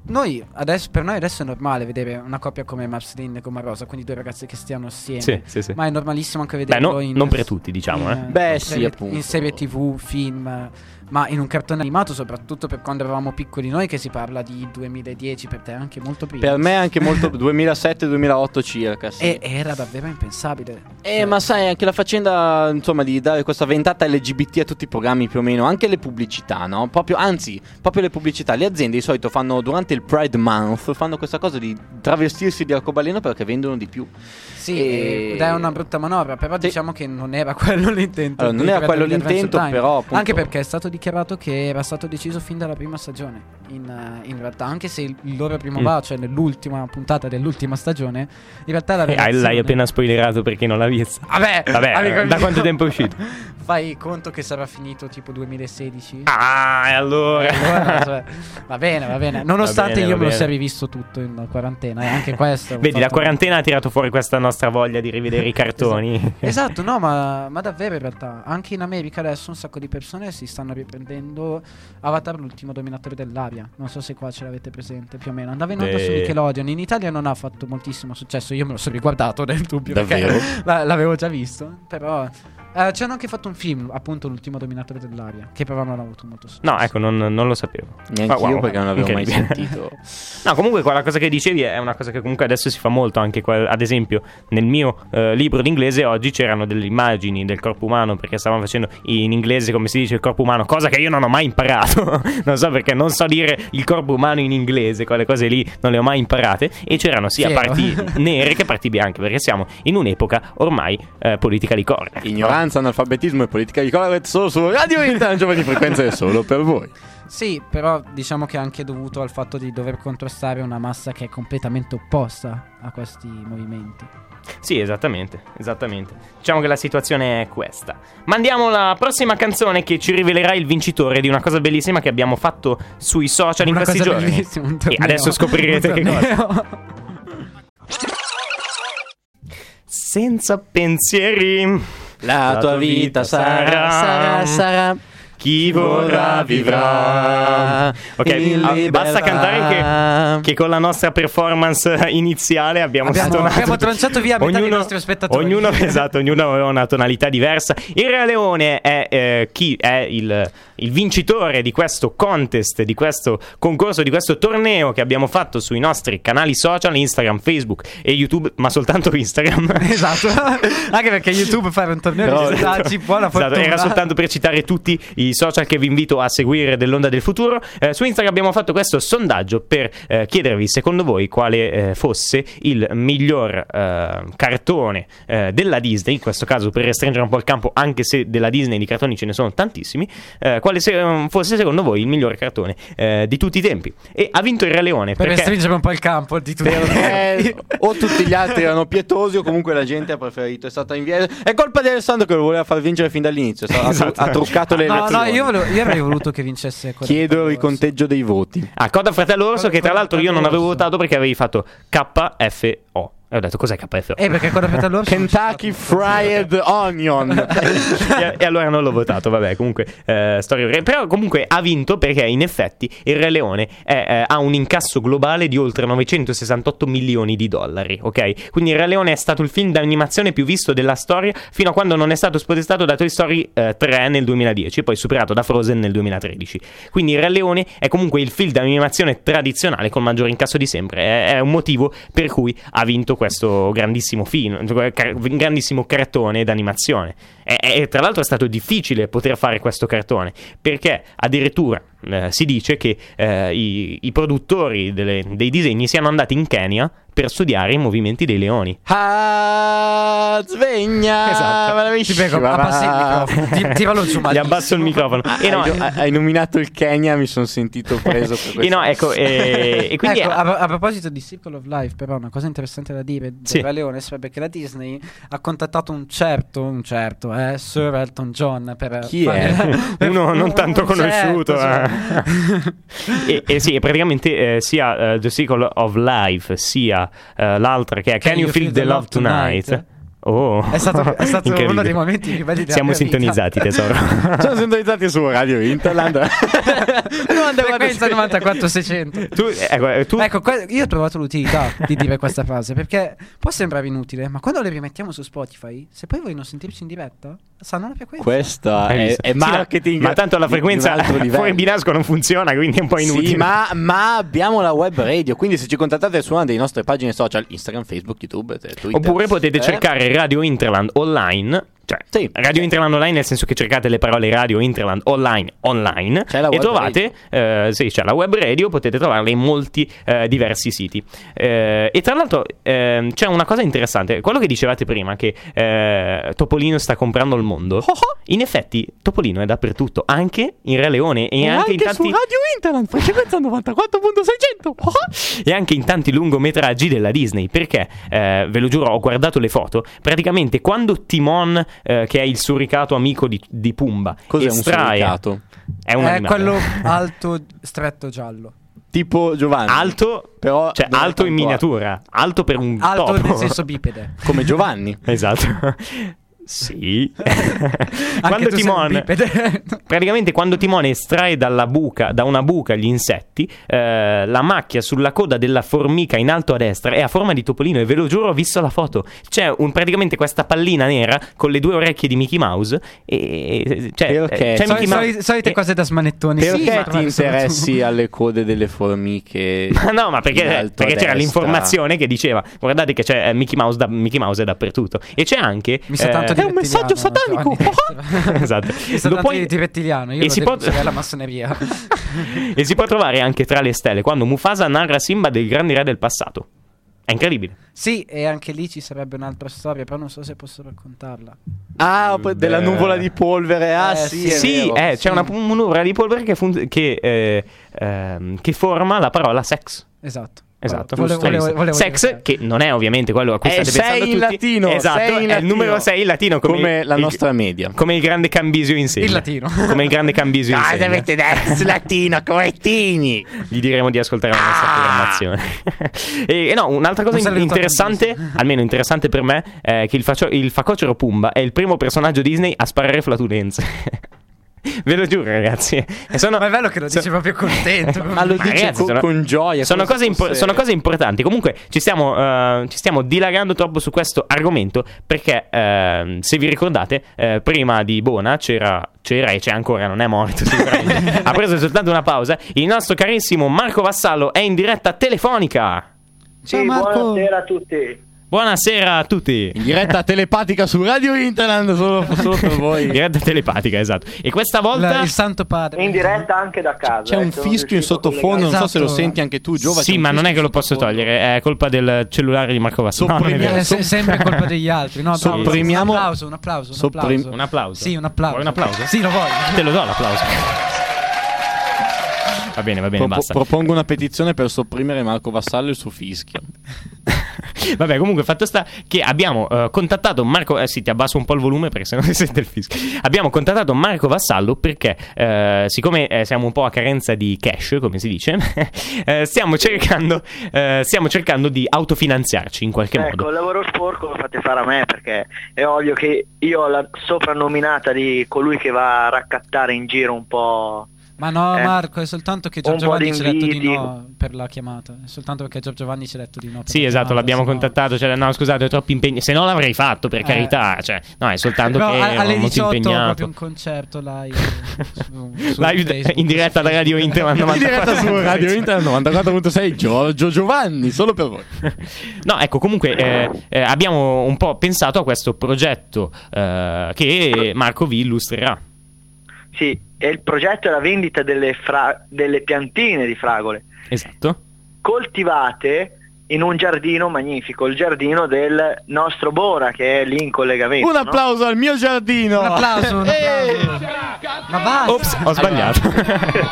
Noi adesso, per noi adesso è normale vedere una coppia come Marceline e come Rosa, quindi due ragazze che stiano assieme.
Sì, sì, sì.
Ma è normalissimo anche
Beh,
vederlo
no-
in.
non per tutti, diciamo, eh.
in-
Beh,
in
sì,
serie-
appunto.
In serie TV, film, ma in un cartone animato, soprattutto per quando eravamo piccoli noi, che si parla di 2010, per te anche molto prima.
(laughs) Per me anche molto 2007-2008 circa. Sì.
E era davvero impensabile. Cioè,
Eh, ma sai, anche la faccenda, insomma, di dare questa ventata LGBT a tutti i programmi più o meno, anche le pubblicità, no? Proprio, anzi, proprio le pubblicità. Le aziende di solito fanno, durante il Pride Month, fanno questa cosa di travestirsi di arcobaleno perché vendono di più.
Sì,
E-
ed è una brutta manovra, però
Sì.
diciamo che non era (laughs) quello l'intento.
Allora, non
di
era
creare
quello
gli Adventure
l'intento,
Time.
però, appunto-
Anche perché è stato dichiarato che era stato deciso fin dalla prima stagione, in, eh, in realtà, anche se il il loro primo
Mm.
bacio cioè nell'ultima puntata dell'ultima stagione, in realtà la
Eh, ah,
relazione...
l'hai
(laughs)
appena spoilerato perché non l'ha vista.
Vabbè,
Vabbè,
amico
eh, da
mio.
quanto tempo è uscito?
(laughs) Fai conto che sarà finito tipo 2016?
Ah, e allora.
Allora, cioè, va bene, va bene. Nonostante
Va bene,
io
va
me lo sia
bene.
rivisto tutto in quarantena, e anche questo.
Vedi, la
purtroppo-
quarantena ha tirato fuori questa nostra voglia di rivedere
(laughs)
i cartoni.
Esatto, no, ma, ma davvero in realtà, anche in America adesso un sacco di persone si stanno riprendendo Avatar l'ultimo dominatore dell'aria. Non so se qua ce l'avete presente più o meno. Andava in onda su
Eh.
Nickelodeon, in Italia non ha fatto moltissimo successo, io me lo sono riguardato nel dubbio
Davvero?
perché (laughs) la- l'avevo già visto, però eh, ci hanno anche fatto un film, appunto l'ultimo dominatore dell'aria, che però non ha avuto molto successo.
No, ecco, non, non lo sapevo.
Neanche
Ma
io
wow,
perché non l'avevo mai
incredibile.
sentito.
No, comunque quella cosa che dicevi è una cosa che comunque adesso si fa molto, anche qua- ad esempio nel mio eh, libro d'inglese oggi c'erano delle immagini del corpo umano perché stavamo facendo in inglese come si dice il corpo umano, cosa che io non ho mai imparato, (laughs) non so perché non so dire il corpo umano in inglese, quelle cose lì non le ho mai imparate e c'erano sia
Fiero.
parti nere che parti bianche perché siamo in un'epoca ormai eh, politica di correct.
Ignoranza, analfabetismo e politica di colore solo su Radio Interland, giovani frequenze solo per voi.
Sì, però diciamo che è anche dovuto al fatto di dover contrastare una massa che è completamente opposta a questi movimenti.
Sì, esattamente, esattamente. Diciamo che la situazione è questa. Ma andiamo alla prossima canzone che ci rivelerà il vincitore di una cosa bellissima che abbiamo fatto sui social in
Una
questi
cosa
giorni.
bellissima, un
e
torneo.
adesso scoprirete
Un
che cosa.
torneo. (laughs)
Senza pensieri.
La, tua vita sarà, sarà, sarà.
Chi vorrà vivrà. Ok,
Il
ah,
libera.
basta cantare che, che con la nostra performance (laughs) iniziale abbiamo,
Abbiamo-
stonato
abbiamo
tutti.
tranciato via metà dei nostri spettatori.
Ognuno, (laughs) esatto, ognuno aveva una tonalità diversa. Il Re Leone è eh, chi è il, il vincitore di questo contest, di questo concorso, di questo torneo che abbiamo fatto sui nostri canali social, Instagram, Facebook e YouTube, ma soltanto Instagram.
(laughs) Esatto. Anche perché YouTube fare un torneo
Però- (laughs)
di risultati, buona
Esatto,
fortuna.
Era soltanto per citare tutti i, i social che vi invito a seguire dell'Onda del Futuro. Eh, su Instagram abbiamo fatto questo sondaggio per eh, chiedervi, secondo voi, quale eh, fosse il miglior eh, cartone eh, della Disney. In questo caso, per restringere un po' il campo, anche se della Disney di cartoni ce ne sono tantissimi, eh, quale se- fosse secondo voi il miglior cartone eh, di tutti i tempi. E ha vinto il Re Leone.
Per
perché...
restringere un po' il campo di tutti.
(laughs) Eh, o tutti gli altri erano pietosi o comunque la gente ha preferito è stata inviata è colpa di Alessandro che lo voleva far vincere fin dall'inizio è stato-
Esatto.
ha truccato le
No, no,
elezioni
io, volevo- io avrei voluto che vincesse quella
chiedo
di
il
Star Wars.
conteggio dei voti
Ah, Coda Fratello Orso, che tra l'altro io non avevo votato perché avevi fatto KFO. E ho detto, cos'è KFO?
Eh, perché quello per loro
Kentucky Fried Onion.
(laughs) e, e allora non l'ho votato, vabbè, comunque eh, storia vera. Però comunque ha vinto perché in effetti il Re Leone è, eh, ha un incasso globale di oltre 968 milioni di dollari, ok? Quindi il Re Leone è stato il film d'animazione più visto della storia fino a quando non è stato spodestato da Toy Story eh, 3 nel 2010 e poi superato da Frozen nel 2013. Quindi il Re Leone è comunque il film d'animazione tradizionale col maggior incasso di sempre, è, è un motivo per cui ha vinto questo grandissimo film, cioè, car- grandissimo cartone d'animazione. E, e- e tra l'altro è stato difficile poter fare questo cartone perché addirittura eh, si dice che eh, i, i produttori delle- dei disegni siano andati in Kenya per studiare i movimenti dei leoni.
ah sveglia
Esatto.
bravissima.
Ti prego, abbassi il microfono. Ti- Tiralo giù,
Gli
Matteo. Ah,
abbasso il microfono. E no, eh,
hai, hai nominato il Kenya mi sono sentito preso per questo
e no, ecco, (laughs) eh, e quindi
Ecco,
eh,
a, a proposito di Circle of Life, però una cosa interessante da dire del
Sì.
Re Leone sarebbe che la Disney ha contattato un certo, un certo, eh, Sir Elton John per
Chi
fare-
è?
(laughs) per-
Uno non tanto
un certo,
conosciuto, eh.
sì. (laughs)
E, e eh, sì, e praticamente eh, sia eh, The Circle of Life, sia eh, l'altra che è Can, You Feel the Love Tonight? Oh.
È stato- è stato
Incredibile.
uno dei momenti più belli della
Siamo
mia
sintonizzati,
vita.
tesoro. (laughs)
sono sintonizzati su Radio (laughs) Interland
Frequenza 94600.
tu, ecco, eh, tu-
Ecco, que- io ho trovato l'utilità di dire questa frase perché può sembrare inutile, ma quando le rimettiamo su Spotify, se poi voi non sentirci in diretta, saranno la frequenza.
questa
hai
è,
visto?
è
Sì, ma-
marketing
ma tanto la
di- di un
frequenza
altro livello.
(laughs) fuori Binasco non funziona, quindi è un po' inutile.
Sì, ma, ma abbiamo la web radio, quindi se ci contattate su una delle nostre pagine social, Instagram, Facebook, YouTube, eh, Twitter.
Oppure potete
eh,
cercare Radio Interland online. Cioè,
Sì.
Radio Interland online, nel senso che cercate le parole Radio Interland online, online
C'è la
e
web
trovate, eh, sì, c'è la web radio, potete trovarla in molti eh, diversi siti. Eh, e tra l'altro ehm, c'è una cosa interessante, quello che dicevate prima, che eh, Topolino sta comprando il mondo.
Oh,
In effetti, Topolino è dappertutto, anche in Re Leone e,
E
anche, in
anche su
tanti.
Radio Interland, frequenza
(laughs)
94.600. Oh,
e anche in tanti lungometraggi della Disney. Perché, eh, ve lo giuro, ho guardato le foto. Praticamente, quando Timon, eh, che è il suricato amico di, di Pumba,
Cos'è un
estrae,
suricato?
È un
è
animale.
Eh, quello alto, stretto giallo.
Tipo Giovanni.
alto,
Però
cioè,
non è
alto in
tanto
miniatura, alto per un
Alto
topo.
nel senso bipede.
Come Giovanni.
(laughs)
(laughs)
Esatto. Sì. quando
tu sei un
Timon
bipede.
Praticamente quando Timone estrae dalla buca, da una buca gli insetti, eh, la macchia sulla coda della formica in alto a destra è a forma di topolino e ve lo giuro ho visto la foto. C'è un- praticamente questa pallina nera con le due orecchie di Mickey Mouse e... e- Cioè,
Perché?
eh, c'è
Soli-
Mickey
Soli-
Mouse...
soli- (laughs) solite
e-
cose da smanettoni. Sì, ma
Perché ti
guarda,
interessi
soprattutto-
alle code delle formiche?
(laughs) Ma No, ma perché,
in alto
perché
a
c'era
destra?
l'informazione che diceva: Guardate, che c'è eh, Mickey Mouse, da- Mickey Mouse è dappertutto. E c'è anche.
Mi sa
eh,
tanto di rettiliano,
(laughs)
Giovanni. eh,
Esatto.
Mi sa
Lo
tanto
puoi-
di- di rettiliano. Io
E
lo
si
devo
può-
usare alla massoneria.
(laughs) e si può trovare anche tra le stelle quando Mufasa narra Simba del grande re del passato. È incredibile.
sì, e anche lì ci sarebbe un'altra storia, però non so se posso raccontarla.
Ah, poi della
Beh.
nuvola di polvere. Ah,
Eh,
sì,
sì.
è
sì,
vero.
eh, c'è una pu- un'ora di polvere che, fun- che, eh, ehm, che forma la parola sex.
Esatto.
Esatto,
Volevo- volevo-
Giusto.
volevo
sex
dire- Eh,
che non è ovviamente quello a cui
È
state pensando
sei
tutti.
in latino,
esatto,
sei in
è il
latino.
numero 6 in latino come,
Come la
il-
nostra media.
come il grande cambisio insegna.
Il latino.
Come il grande cambisio insegna.
detto? (laughs) Latino, correttini.
Gli diremo di ascoltare la nostra
Ah!
programmazione. (laughs) e, e no, un'altra cosa
Un saluto a
interessante, almeno interessante per me, è che il, facio- il facocero Pumba è il primo personaggio Disney a sparare flatulenze. (laughs) Ve lo giuro, ragazzi. E sono-
Ma è bello che lo dici
so- (laughs)
proprio contento.
Ma lo dice
Ah, ragazzi,
con,
sono-
con gioia.
Sono
come
cose,
se
impo-
fosse-
sono cose importanti. Comunque, ci stiamo, eh, ci stiamo dilagando troppo su questo argomento. Perché, ehm, se vi ricordate, eh, prima di Bona c'era, c'era e c'è ancora, non è morto. (laughs) sicuramente. ha preso soltanto una pausa. Il nostro carissimo Marco Vassallo è in diretta telefonica.
Sì, buonasera a tutti.
Buonasera a tutti.
In diretta telepatica su Radio Interland solo,
(laughs)
solo per voi.
Diretta telepatica, esatto. E questa volta
La- il Santo Padre.
In diretta anche da casa.
C'è un
eh, sono
fischio in
riuscito a
sottofondo, non so se lo
Esatto.
senti anche tu, Giova. c'è
Sì,
un
ma non
fischio
è che lo
in
posso
sottofondo.
togliere, Eh, è colpa del cellulare di Marco Vasco. No, non è
Sopprimiamo-
vero.
Eh, se- sempre colpa degli altri. No,
Sì.
no,
Sopprimiamo-
Un applauso, un applauso. Un
Sopprim-
applauso.
Un applauso.
Sì, un applauso.
Vuoi un applauso?
Sì, lo voglio.
Te lo do l'applauso. Va bene, va bene,
Propo-
basta.
propongo una petizione per sopprimere Marco Vassallo e il suo fischio.
Vabbè, comunque, fatto sta che abbiamo eh, contattato Marco. Eh sì, ti abbasso un po' il volume perché sennò (laughs) si sente il fischio. Abbiamo contattato Marco Vassallo perché, eh, siccome eh, siamo un po' a carenza di cash, come si dice, (laughs) eh, stiamo, cercando, eh, stiamo cercando di autofinanziarci in qualche
Ecco,
modo.
il lavoro sporco lo fate fare a me perché è ovvio che io ho la soprannominata di colui che va a raccattare in giro un po'.
Ma no,
Eh.
Marco, è soltanto che
Un
Giorgio
po' di
Giovanni ci ha detto di
inviti.
no per la chiamata. È soltanto perché Giorgio Giovanni ci ha detto di no. per
Sì,
la
esatto,
chiamata,
l'abbiamo
se no-
contattato. Cioè, no, scusate, ho troppi impegni. Se no l'avrei fatto, per
Eh.
carità. Cioè, no, è soltanto
Però
che
a-
ero
alle
molto
18 ho
impegnato.
proprio un
(laughs)
concerto live. su- su
Live
Facebook.
in diretta da Radio Inter ma
In diretta
(laughs)
su
94.
Radio Inter 94.6 Giorgio Giovanni, solo per voi.
(laughs) No, ecco, comunque eh, eh, abbiamo un po' pensato a questo progetto eh, che Marco vi illustrerà.
Sì, e il progetto è la vendita delle, fra- delle piantine di fragole
Esatto.
coltivate in un giardino magnifico, il giardino del nostro Bora che è lì in collegamento.
Un
no?
applauso al mio giardino. Eh.
Un applauso, un applauso. Ma basta.
Eh. Ops, ho sbagliato.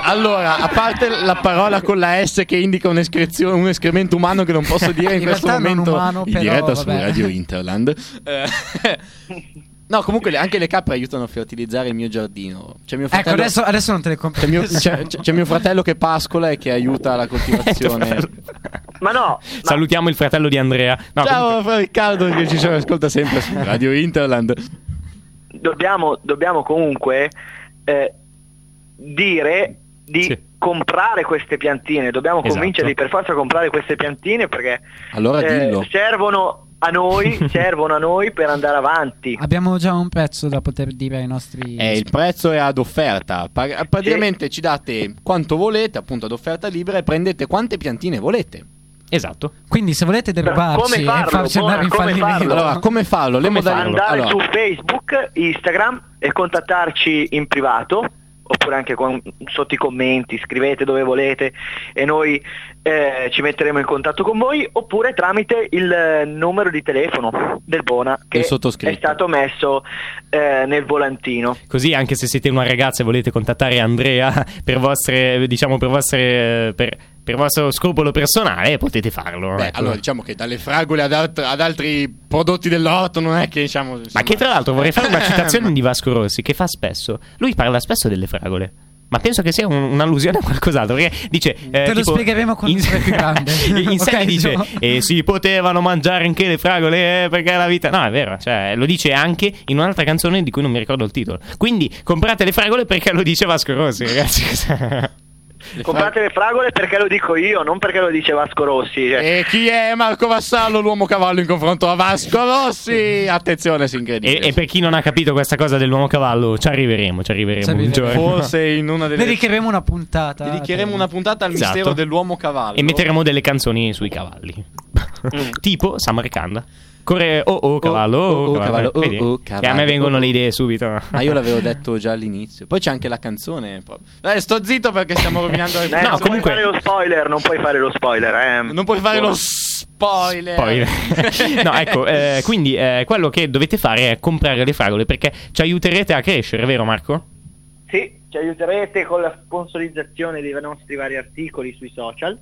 Allora, a parte la parola con la S che indica un'escrezione- un escremento umano che non posso dire in,
In
questo
realtà non
momento
umano,
in
però,
diretta su
vabbè.
Radio Interland. Eh, no, comunque le- anche le capre aiutano a fertilizzare il mio giardino. C'è mio
Ecco,
fratello,
adesso, adesso non te le compro.
c'è Cioè, mio- c'è- c'è- c'è mio fratello che pascola e che aiuta
(laughs)
la coltivazione.
Ma no, ma-
(laughs) Salutiamo il fratello di Andrea. No,
Ciao
comunque-
Riccardo che ci ascolta sempre su Radio Interland.
dobbiamo, dobbiamo comunque eh, dire di
Sì.
comprare queste piantine, dobbiamo
Esatto.
convincerli per forza a comprare queste piantine perché
Allora
eh,
dillo.
servono a noi, servono a noi per andare avanti.
Abbiamo già un prezzo da poter dire ai nostri.
Eh, il prezzo è ad offerta. Pa- praticamente ci date quanto volete, appunto ad offerta libera, e prendete quante piantine volete.
Esatto.
Quindi, se volete derubarci
Come farlo,
e farci andare in
Bora, come
fallimento,
farlo?
Allora, come farlo? Le
Come
modalità.
Andare
allora,
su Facebook, Instagram e contattarci in privato oppure anche con- sotto i commenti, scrivete dove volete e noi eh, ci metteremo in contatto con voi oppure tramite il eh, numero di telefono del Bona che
Del
è
sottoscritto.
stato messo eh, nel volantino.
Così anche se siete una ragazza e volete contattare Andrea per vostre, diciamo, per vostre. per, per vostro scrupolo personale, potete farlo.
beh,
ecco.
allora, diciamo che dalle fragole ad, alt- ad altri prodotti dell'orto non è che diciamo.
Ma
insomma-
che tra l'altro vorrei
(laughs)
(laughs)
fare una citazione di Vasco Rossi che fa spesso. Lui parla spesso delle fragole. Ma penso che sia un- un'allusione a qualcos'altro. Perché dice. eh,
Te lo
tipo-
spiegheremo
(laughs)
quando sarai più grande.
in sé
(laughs) Ok,
dice.
Gio?
E si potevano mangiare anche le fragole eh, perché la vita. No, è vero. Cioè, lo dice anche in un'altra canzone di cui non mi ricordo il titolo. Quindi comprate le fragole perché lo dice Vasco Rossi,
(laughs)
ragazzi.
Le
Comprate le fragole perché lo dico io, non perché lo dice Vasco Rossi. cioè.
E chi è Marco Vassallo, l'uomo cavallo in confronto a
(laughs)
Vasco Rossi? Attenzione, si
e,
incredibile.
e per chi non ha capito questa cosa dell'uomo cavallo, ci arriveremo. Ci arriveremo.
Ci
un
arriveremo.
giorno.
Forse in una
(laughs)
delle.
dedicheremo una puntata.
Dedicheremo una puntata al
Esatto.
mistero dell'uomo cavallo.
E metteremo delle canzoni sui cavalli.
Mm.
(laughs) tipo Samarcanda. Corre oh oh cavallo, oh, oh, cavallo.
oh,
Vedi?
oh,
Che a me
cavallo,
vengono
oh, oh.
le idee subito.
Ah.
Ma io l'avevo detto già all'inizio. Poi c'è anche la canzone. proprio. Eh, sto zitto perché stiamo rovinando le
(laughs)
Eh,
no,
non
canzoni.
puoi
comunque-
fare lo spoiler, non puoi fare lo spoiler. eh.
Non puoi fare lo spoiler.
(laughs) Poi, (laughs)
(laughs)
no, ecco, eh, quindi eh, quello che dovete fare è comprare le fragole perché ci aiuterete a crescere, vero Marco?
Sì, ci aiuterete con la sponsorizzazione dei nostri vari articoli sui social.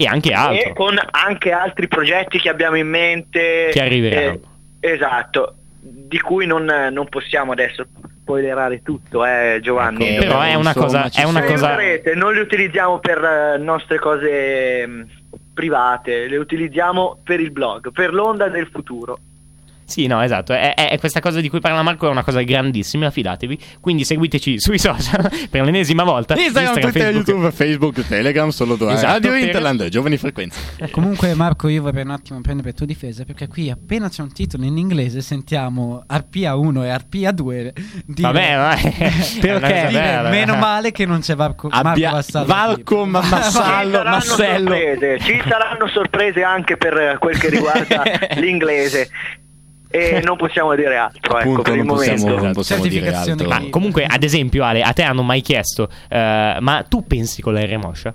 E anche altro.
e con anche altri progetti che abbiamo in mente
Che arriveranno.
Eh, esatto di cui non, non possiamo adesso spoilerare tutto eh Giovanni
Ecco,
Però è una
Insomma,
cosa,
ci
è una
Le
cosa
userete, non le utilizziamo per eh, nostre mm, cose mh, private le utilizziamo per il blog per l'onda del futuro
Sì, no, esatto. È, è- è questa cosa di cui parla Marco è una cosa grandissima, fidatevi. Quindi seguiteci sui social (laughs) per l'ennesima volta.
Instagram, Twitter,
Facebook.
YouTube, Facebook, Telegram, solo due
Esatto,
Radio
per- Ecco,
Interland, giovani frequenze.
Eh, Comunque Marco io vorrei un attimo prendere tua difesa perché qui appena c'è un titolo in inglese sentiamo RPA1 e RPA2 dire,
Vabbè, ma è-
(laughs)
è una
perché
cosa
dire,
bella.
meno male che non c'è Marco, Marco Vassallo
Varco, ma-
Ci
Massallo,
saranno
Massello.
sorprese, ci saranno sorprese anche per eh, quel che riguarda l'inglese. E non possiamo dire altro, ecco,
Appunto,
per il
non possiamo,
momento.
non possiamo dire
Certificazione
altro.
Ma comunque, ad esempio, Ale, a te hanno mai chiesto, eh, ma tu pensi con la R moscia?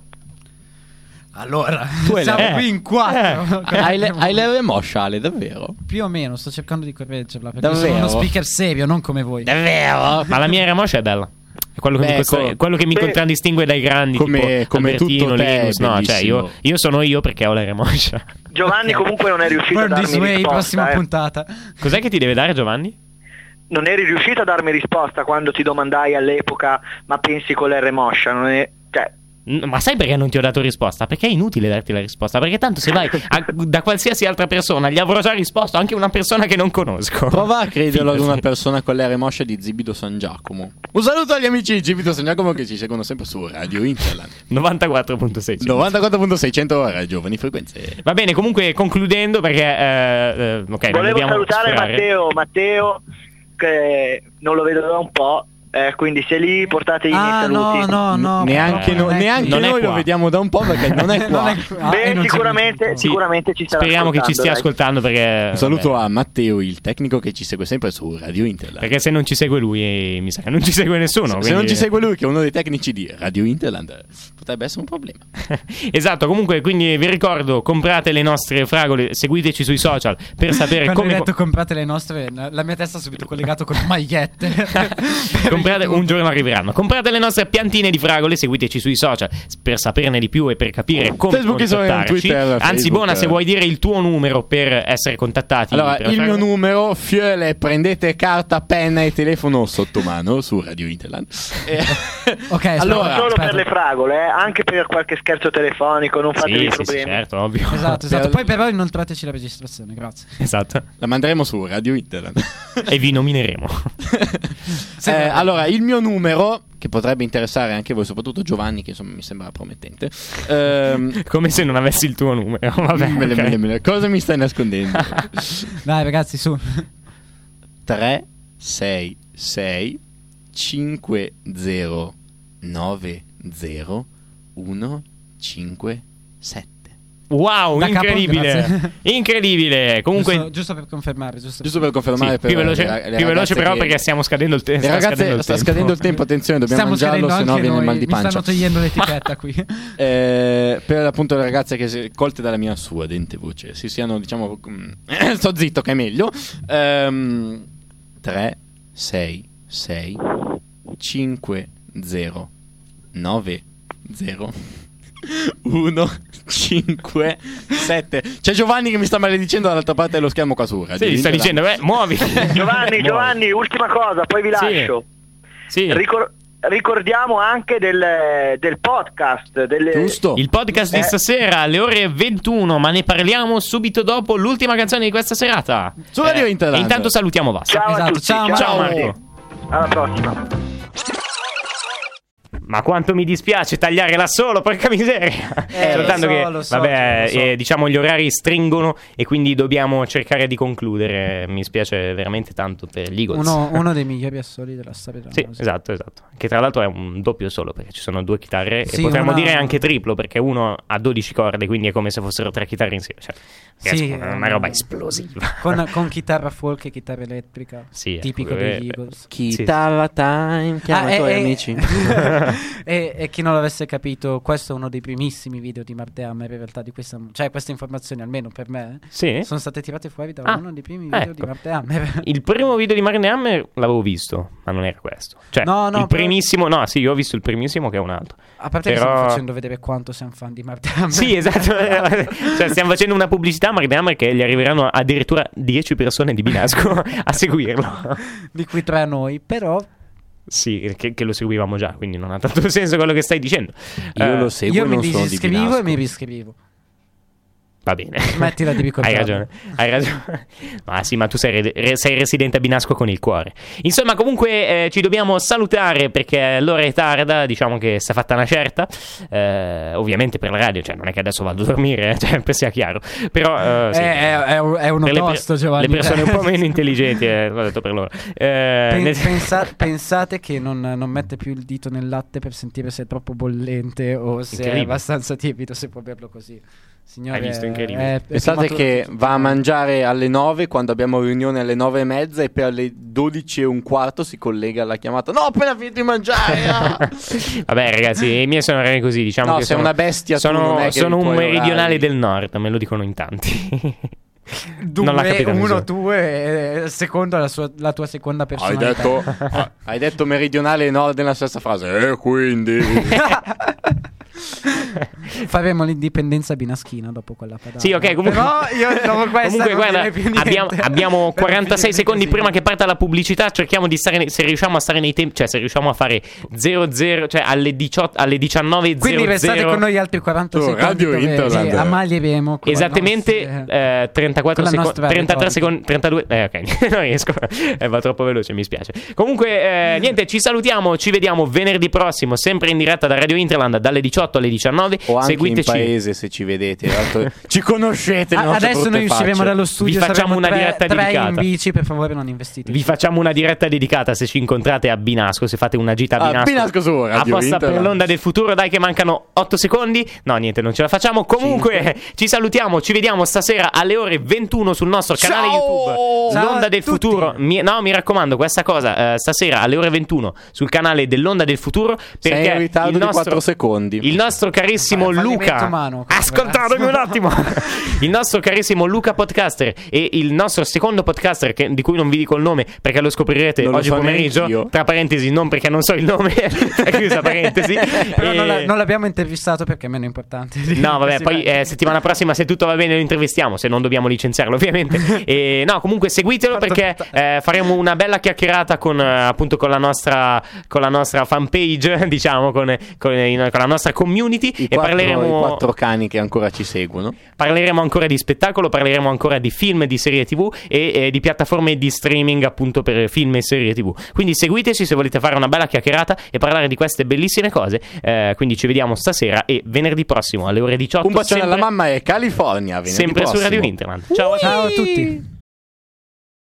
Allora
Tu hai
(laughs) siamo
la-
qui
eh,
in quattro (laughs)
Hai le, hai le remosce, Ale, davvero?
Più o meno sto cercando di correggerla perché sono
Davvero?
uno speaker serio non come voi
Davvero?
Ma la mia R moscia è bella. È quello che,
Ah. Beh,
mi, co-
ecco.
quello che mi
Beh,
contraddistingue dai grandi
come-
tipo
come
Albertino,
tutto te,
Linus. No, cioè,
bellissimo.
io, io sono io perché ho la R moscia.
Giovanni comunque non è riuscito a
Burn this
darmi
way prossima
risposta. eh.
puntata
Cos'è che ti deve dare, Giovanni?
Non eri riuscito a darmi risposta quando ti domandai all'epoca ma pensi con l'R moscia, non è... Cioè,
N- Ma sai perché non ti ho dato risposta? Perché è inutile darti la risposta. Perché tanto se vai a- da qualsiasi altra persona gli avrò già risposto, anche una persona che non conosco.
Prova
(laughs)
a crederlo ad
Fidati.
una persona con le remosce di Zibido San Giacomo.
Un saluto agli amici di Gibito San Giacomo che ci seguono sempre su Radio Interland.
(laughs) 94.6.
94.600 ore, giovani frequenze.
Va bene, comunque concludendo perché... eh, eh, ok, non
Volevo
dobbiamo
salutare
sperare.
Matteo, Matteo che non lo vedo da un po', eh, quindi se lì portategli
Ah
i saluti.
no no no purtroppo
neanche no-
non è
neanche
qui.
Non è
noi
qua.
lo vediamo da un po' perché non è qua.
(laughs) Non
Eh,
è qui. Ah, e
Beh,
non c'è
sicuramente,
Marco.
Sì.
Eh, sicuramente ci sarà
Speriamo che ci stia
ascoltando,
ascoltando perché...
Un saluto
vabbè,
a Matteo, il tecnico che ci segue sempre su Radio Interland.
Perché se non ci segue lui eh, mi sa che non ci segue nessuno.
Se non
quindi-
ci segue lui, che è uno dei tecnici di Radio Interland, potrebbe essere un problema.
esatto, comunque quindi vi ricordo, comprate le nostre fragole, seguiteci sui social per sapere
Quando
Eh, come... (laughs)
hai detto comprate le nostre, la mia testa ha subito collegato con magliette.
Comprate, un giorno arriveranno. Comprate le nostre piantine di fragole, seguiteci sui social per saperne di più e per capire come
Facebook, Instagram,
contattarci.
Twitter,
Anzi,
Facebook,
buona, se
eh.
vuoi dire il tuo numero per essere contattati.
Allora,
per la
il mio
fragole.
numero, Fiele, prendete carta, penna e telefono sotto mano su Radio Interland. Eh, (laughs)
Ok, aspetta,
allora,
Solo
Aspetta.
per le fragole, eh, anche per qualche scherzo telefonico, non fatevi
Sì, sì, sì,
problemi.
certo, ovvio.
Esatto, esatto.
Per-
Poi però inoltrateci la registrazione, grazie.
(laughs) Esatto.
la manderemo su Radio Interland.
(laughs) E
(laughs)
vi nomineremo.
Eh, allora, il mio numero, che potrebbe interessare anche voi, soprattutto Giovanni, che insomma mi sembra promettente. ehm,
Come se non avessi il tuo numero. (laughs) Vabbè,
Mm, me le-
ok.
me le- me le- cosa mi
(laughs)
stai nascondendo?
Dai ragazzi, su.
3 6 6 5 0 9 0 1 5 7
Wow,
Da capo,
incredibile.
grazie.
incredibile. Comunque.
Giusto, giusto per confermare, giusto. per-
Giusto per confermare
sì,
per
più veloce,
le ra- le
più veloce
ragazze
però
che-
perché stiamo scadendo il, te-
Le
sta
ragazze
scadendo il
sta
tempo.
scadendo il tempo, attenzione, dobbiamo
Stiamo
mangiarlo,
scadendo
se no
anche
viene il
noi.
mal di
Mi
pancia.
stanno togliendo l'etichetta qui.
Eh, per appunto le ragazze che si- colte dalla mia sua dente voce si siano, diciamo, mm, (coughs) sto zitto che è meglio. Ehm, 3 6 6 5 0 9 (laughs) 0 1 5 7 C'è Giovanni che mi sta maledicendo dall'altra parte dello schermo qua su.
Sì, gli sto dicendo, beh, muovi.
(laughs)
Giovanni,
Muovi.
Giovanni, ultima cosa, poi vi
Sì.
lascio.
Sì.
Ricor- ricordiamo anche del, del podcast, delle...
Giusto?
Il podcast di
Eh.
stasera alle ore 21, ma ne parliamo subito dopo l'ultima canzone di questa serata.
Su Radio Internet.
e intanto salutiamo Vasco.
Ciao a
Esatto,
tutti,
ciao
Ciao
a tutti.
Marco.
Alla prossima.
Ma quanto mi dispiace tagliare là solo, porca miseria.
Eh,
(laughs) Soltanto
lo so,
che,
lo so, cioè,
vabbè,
lo so.
eh, diciamo gli orari stringono e quindi dobbiamo cercare di concludere. Mi spiace veramente tanto per gli Eagles.
Uno, uno dei migliori assoli della storia della
Sì,
musica.
esatto, esatto. Che tra l'altro è un doppio solo perché ci sono due chitarre
Sì,
e potremmo
una-
dire anche triplo perché uno ha 12 corde, quindi è come se fossero tre chitarre insieme. Cioè,
Sì,
ragazzi,
eh,
una roba esplosiva.
Con, con chitarra folk e chitarra elettrica.
Sì, ecco,
tipico
eh,
degli Eagles.
Chitarra time, chiama
Ah,
i tuoi
eh, eh. (laughs)
amici.
(laughs)
e, e chi non l'avesse capito, questo è uno dei primissimi video di Mark Hammer. In realtà, di questa, cioè, queste informazioni, almeno per me,
(laughs) Sì?
sono state tirate fuori da
Ah,
uno dei primi video di
ecco.
Mark Hammer.
(laughs) Il primo video di Marne Hammer l'avevo visto, ma non era questo. Cioè,
No, no,
il
però-
primissimo, no, sì, io ho visto il primissimo che è un
(laughs)
altro.
A parte che
Però-
stiamo facendo vedere quanto siamo fan di Mark Hammer.
Sì,
(laughs)
esatto. (laughs) cioè, stiamo facendo una pubblicità a Marne Hammer che gli arriveranno addirittura 10 persone di Binasco (laughs) a seguirlo. (laughs)
di cui tre a noi, però
Sì, che, che lo seguivamo già, quindi non ha tanto senso quello che stai dicendo. Eh,
Io lo seguo
io
e
mi
non sono di
disiscrivo e
Binasco.
mi riscrivo.
Va bene.
Smettila di
Hai
ricordarlo.
ragione, hai ragione. Ma sì, ma tu sei, re- re- sei residente a Binasco con il cuore. Insomma, comunque eh, ci dobbiamo salutare perché l'ora è tarda, diciamo che si è fatta una certa. Eh, ovviamente per la radio, cioè non è che adesso vado a dormire, eh, cioè, per sia chiaro. Però eh, sì.
È, è, è un- è uno
Per le, per-
tosto, Giovanni.
le persone un po' meno
(laughs)
intelligenti, eh, l'ho detto per loro. Eh,
Pen-
nel- (laughs)
pensa- pensate che non, non mette più il dito nel latte per sentire se è troppo bollente o se è
Incredibile.
abbastanza tiepido, se può berlo così. Signore, eh,
Hai visto? Incredibile.
è- è
Pensate
prematuro-
che va a mangiare alle 9 quando abbiamo riunione alle 9 e mezza e per le 12 e un quarto si collega alla chiamata. No, ho appena finito di
(laughs)
mangiare! ah!"
Vabbè, ragazzi, i miei sono orari così. Diciamo
No,
che
sei
sono,
una bestia, tu, non è
Sono,
che
sono
i
un
tuoi
meridionale
orari-
del nord, me lo dicono in tanti. (laughs)
Due,
non l'ha capita
uno,
nessuno.
due, eh, secondo la, sua- la tua seconda
Hai
personalità.
detto,
(laughs)
ah, hai detto meridionale e nord nella stessa frase. E (laughs) quindi.
(laughs) Faremo l'indipendenza binaschina dopo quella padana.
Sì, ok, comunque.
Però
(laughs)
io dopo questa
Comunque,
(laughs) non
guarda,
direi più niente.
abbiamo, abbiamo
Per
46
finire
secondi
così.
prima che parta la pubblicità. Cerchiamo di stare. nei- Se riusciamo a stare nei tempi, cioè se riusciamo a fare 00, cioè alle, 18, alle 19.00.
Quindi restate con noi altri 40
Tu,
secondi.
Radio
dove-
Internet.
sì, amalieremo con la
Oh, Esattamente
nostra-
eh, 34
con la
secondi,
nostra
33
retorica.
secondi, 32, eh ok, (laughs) non riesco, Eh, va troppo veloce, mi spiace. Comunque, eh, niente, ci salutiamo, ci vediamo venerdì prossimo, sempre in diretta da Radio Interland, dalle 18 alle 19.
O anche
Seguiteci.
in paese se ci
(laughs)
vedete. tanto ci conoscete. le
Ah,
nostre
adesso noi
brutte
usciremo
facce.
dallo studio.
Vi facciamo
saremo
una
tre-
diretta
tre
dedicata.
in bici, per favore, non investite.
Vi facciamo una diretta dedicata se ci incontrate a Binasco, se fate una gita a
Ah,
Binasco.
Binasco su Radio
apposta per
Interland.
l'onda del futuro, dai che mancano 8 secondi. No, niente, non ce la facciamo. Comunque (laughs) ci salutiamo, ci vediamo stasera alle ore 21 sul nostro canale YouTube
Ciao
L'onda
a
del
tutti.
futuro. Mi- no, mi raccomando, questa cosa eh, stasera alle ore 21 sul canale dell'onda del futuro perché
Sei in ritardo
il
di
nostro
4 secondi.
il nostro carissimo
Fallimento
Luca.
umano, questo,
Ascoltatemi un
ragazzi.
attimo. Il nostro carissimo Luca Podcaster e il nostro secondo podcaster, che- di cui non vi dico il nome perché lo scoprirete
Non lo
oggi
so
pomeriggio.
neanch'io.
Tra parentesi, non perché non so il nome, (laughs) chiusa parentesi.
(laughs)
(laughs) Però
E-
non, la- non l'abbiamo intervistato perché è meno importante.
No,
(laughs)
vabbè,
Sì,
poi
vai.
eh, settimana prossima, se tutto va bene, lo intervistiamo. Se non dobbiamo licenziarlo,
(laughs)
ovviamente. E, no, comunque seguitelo
Fatto
perché eh, faremo una bella chiacchierata con eh, appunto con la nostra, con la nostra fanpage, (laughs) diciamo, con, con- in- con la nostra community.
I
e
quattro,
parleremo.
i quattro cani che ancora ci seguono.
Parleremo ancora di spettacolo, parleremo ancora di film, di serie tv e eh, di piattaforme di streaming appunto per film e serie tv. Quindi seguiteci se volete fare una bella chiacchierata e parlare di queste bellissime cose. Eh, quindi ci vediamo stasera e venerdì prossimo alle ore 18.
Un bacione
sempre,
alla mamma e California. venerdì
Sempre su
prossimo.
Radio Internet. Ciao a tutti.
Ciao a tutti.